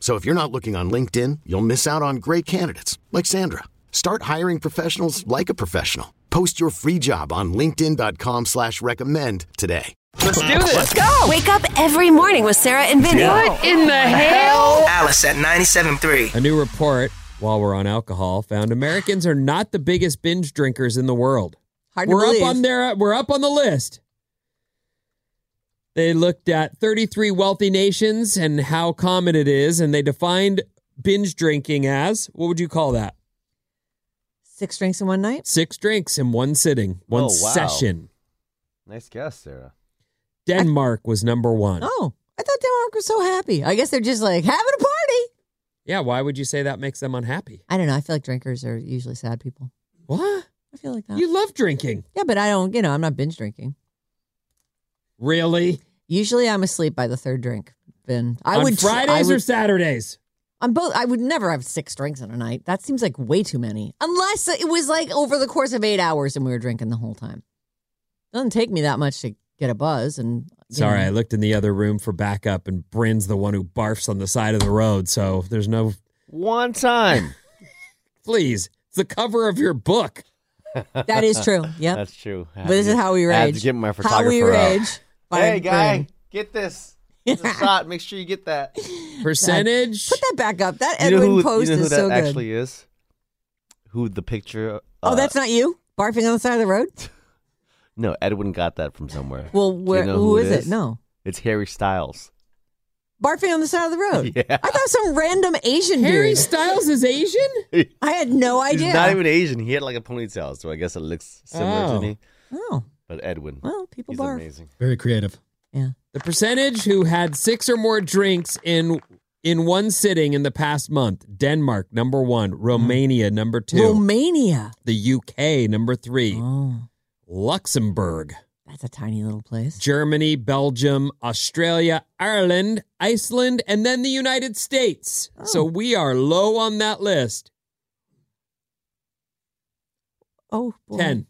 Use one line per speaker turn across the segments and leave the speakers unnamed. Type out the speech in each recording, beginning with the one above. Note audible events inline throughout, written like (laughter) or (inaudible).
So if you're not looking on LinkedIn, you'll miss out on great candidates like Sandra. Start hiring professionals like a professional. Post your free job on linkedin.com/recommend slash recommend today.
Let's do this. Let's go.
Oh! Wake up every morning with Sarah and Vinny.
What in the hell?
Alice at 97.3.
A new report, while we're on alcohol, found Americans are not the biggest binge drinkers in the world.
Hard to
we're
believe.
up on their we're up on the list. They looked at 33 wealthy nations and how common it is, and they defined binge drinking as what would you call that?
Six drinks in one night.
Six drinks in one sitting, one
Oh, wow.
session.
Nice guess, Sarah.
Denmark was number one.
Oh, I thought Denmark was so happy. I guess they're just like having a party.
Yeah, why would you say that makes them unhappy?
I don't know. I feel like drinkers are usually sad people.
What?
I feel like that.
You love drinking.
yeah, but I don't. You know, I'm not binge drinking.
Really?
Usually, I'm asleep by the third drink. Then I
on
would tr- I
Fridays or
would-
Saturdays?
on both. I would never have six drinks in a night. That seems like way too many. Unless it was like over the course of eight hours and we were drinking the whole time. Doesn't take me that much to get a buzz. And you
Sorry, I
know.
looked in the other room for backup, and Bryn's the one who barfs on the side of the road. So there's no.
One time.
Please, it's the cover of your book.
that is true. (laughs)
(laughs)
Yep.
That's true.
But this is how we rage.
I had to get my photographer
How we
out.
rage. by
Hey, guy,
Bryn. (laughs)
get this. It's a shot. Make sure you get that.
Percentage.
Put that back up. That
You know
Edwin
who,
post
you know who
is
that
so good.
actually is? Who the picture.
oh,
uh,
that's not you barfing on the side of the
(laughs)
road.
No, Edwin got that from somewhere.
Well,
Do you
where,
know
who is it?
is?
No,
It's Harry Styles.
barfing on the side of the road.
(laughs) Yeah.
I thought some random Asian
Harry
dude.
Styles is Asian?
I had no
He's
idea.
not even Asian. He had like a ponytail, so I guess it looks similar
Oh.
to me.
oh,
But Edwin,
well, people
he's
barf.
amazing.
Very creative.
Yeah.
The percentage who had six or more drinks in in one sitting in the past month. Denmark, number one.
Mm-hmm.
Romania, number two.
Romania.
the UK, number three.
Oh,
Luxembourg,
that's a tiny little place.
Germany, Belgium, Australia, Ireland, Iceland, and then the United States. So
Oh.
we are low on that list.
Oh, boy.
Ten.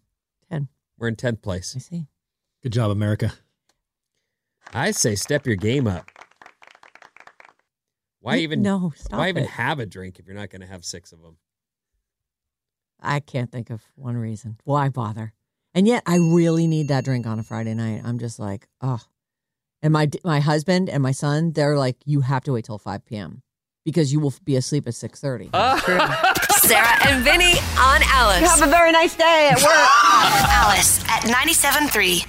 Ten.
We're in tenth
I
place.
see.
Good job, America.
I say step your game up. Why
You-
even
No, stop
why even
it.
have a drink if you're not going to have six of them?
I can't think of one reason. Why bother? And yet, I really need that drink on a Friday night. I'm just like, oh. And my my husband and my son, they're like, you have to wait till 5 p.m. because you will be asleep at 6:30.
Ah.
Sarah and Vinny on Alice.
Have a very nice day at work.
Alice at 97.3.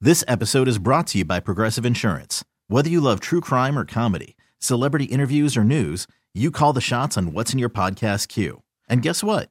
This episode is brought to you by Progressive Insurance. Whether you love true crime or comedy, celebrity interviews or news, you call the shots on what's in your podcast queue. And guess what?